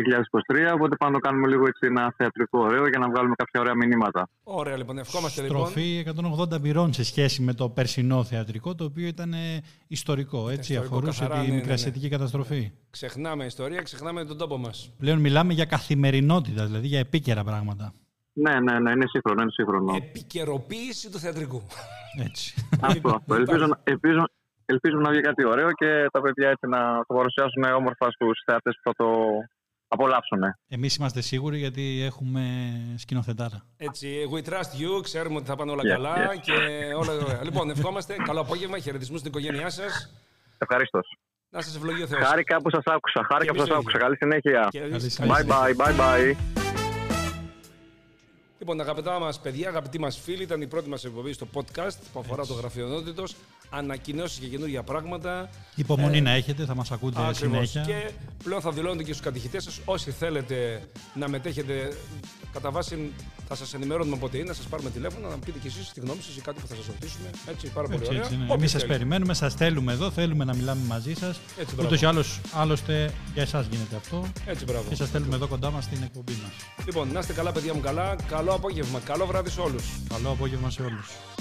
Speaker 7: 2023, οπότε πάμε να το κάνουμε λίγο έτσι ένα θεατρικό ωραίο για να βγάλουμε κάποια ωραία μηνύματα.
Speaker 2: Ωραία, λοιπόν, ευχόμαστε λοιπόν.
Speaker 3: Στροφή 180 μοιρών σε σχέση με το περσινό θεατρικό, το οποίο ήταν ε, ιστορικό, έτσι,
Speaker 2: ιστορικό,
Speaker 3: αφορούσε
Speaker 2: καθαρά, ναι,
Speaker 3: τη
Speaker 2: ναι, ναι.
Speaker 3: μικρασιατική καταστροφή.
Speaker 2: Ξεχνάμε ιστορία, ξεχνάμε τον τόπο μας.
Speaker 3: Πλέον μιλάμε για καθημερινότητα, δηλαδή για επίκαιρα πράγματα.
Speaker 7: Ναι, ναι, ναι, είναι σύγχρονο, είναι σύγχρονο.
Speaker 2: Ε, Επικαιροποίηση του θεατρικού.
Speaker 3: Έτσι.
Speaker 7: Αυτό, αυτό. Ελπίζω, να- ελπίζω, ελπίζω να βγει κάτι ωραίο και τα παιδιά έτσι να το παρουσιάσουν όμορφα στους θεατέ που θα το απολαύσουν.
Speaker 3: Εμείς είμαστε σίγουροι γιατί έχουμε σκηνοθετάρα.
Speaker 2: Έτσι, we trust you, ξέρουμε ότι θα πάνε όλα
Speaker 7: Yeah,
Speaker 2: καλά
Speaker 7: yeah.
Speaker 2: και όλα ωραία. λοιπόν, ευχόμαστε καλό απόγευμα, χαιρετισμούς στην οικογένειά σας.
Speaker 7: Ευχαρίστως.
Speaker 2: Να σας ευλογεί ο Θεός.
Speaker 7: Χάρηκα που σας άκουσα.
Speaker 2: Και
Speaker 7: Χάρηκα που
Speaker 2: εμείς
Speaker 7: σα
Speaker 2: το
Speaker 7: άκουσα.
Speaker 2: ίδιο.
Speaker 7: Καλή συνέχεια.
Speaker 2: Και εμείς-
Speaker 3: Καλή
Speaker 2: καλή
Speaker 7: Bye bye, bye bye.
Speaker 2: Λοιπόν, αγαπητά μας παιδιά, αγαπητοί μας φίλοι, ήταν η πρώτη μας εκπομπή στο podcast που αφορά το γραφείο ενότητο. Ανακοινώσεις και καινούργια πράγματα.
Speaker 3: Υπομονή να έχετε, θα μας ακούτε
Speaker 2: Ε, Ακριβώς.
Speaker 3: συνέχεια.
Speaker 2: Και πλέον θα δηλώνετε και στους κατηχητές σας όσοι θέλετε να μετέχετε. Κατά βάση θα σας ενημερώνουμε πότε είναι, να σας πάρουμε τηλέφωνο, να πείτε κι εσείς τη γνώμη σας ή κάτι που θα σας ρωτήσουμε. Έτσι, πάρα πολύ
Speaker 3: Έτσι,
Speaker 2: ωραία.
Speaker 3: έτσι, ναι.
Speaker 2: Όποιος
Speaker 3: Εμείς σας
Speaker 2: θέλει.
Speaker 3: περιμένουμε, σας θέλουμε εδώ, θέλουμε να μιλάμε μαζί σας.
Speaker 2: μπράβο.
Speaker 3: Ούτως ή άλλως, άλλωστε για εσάς γίνεται αυτό.
Speaker 2: Έτσι, μπράβο.
Speaker 3: Και σας θέλουμε εδώ κοντά μας στην εκπομπή μας.
Speaker 2: Λοιπόν, να είστε καλά, παιδιά μου, καλά. Καλό απόγευμα. Καλό βράδυ σε όλους.
Speaker 3: Καλό απόγευμα σε όλους.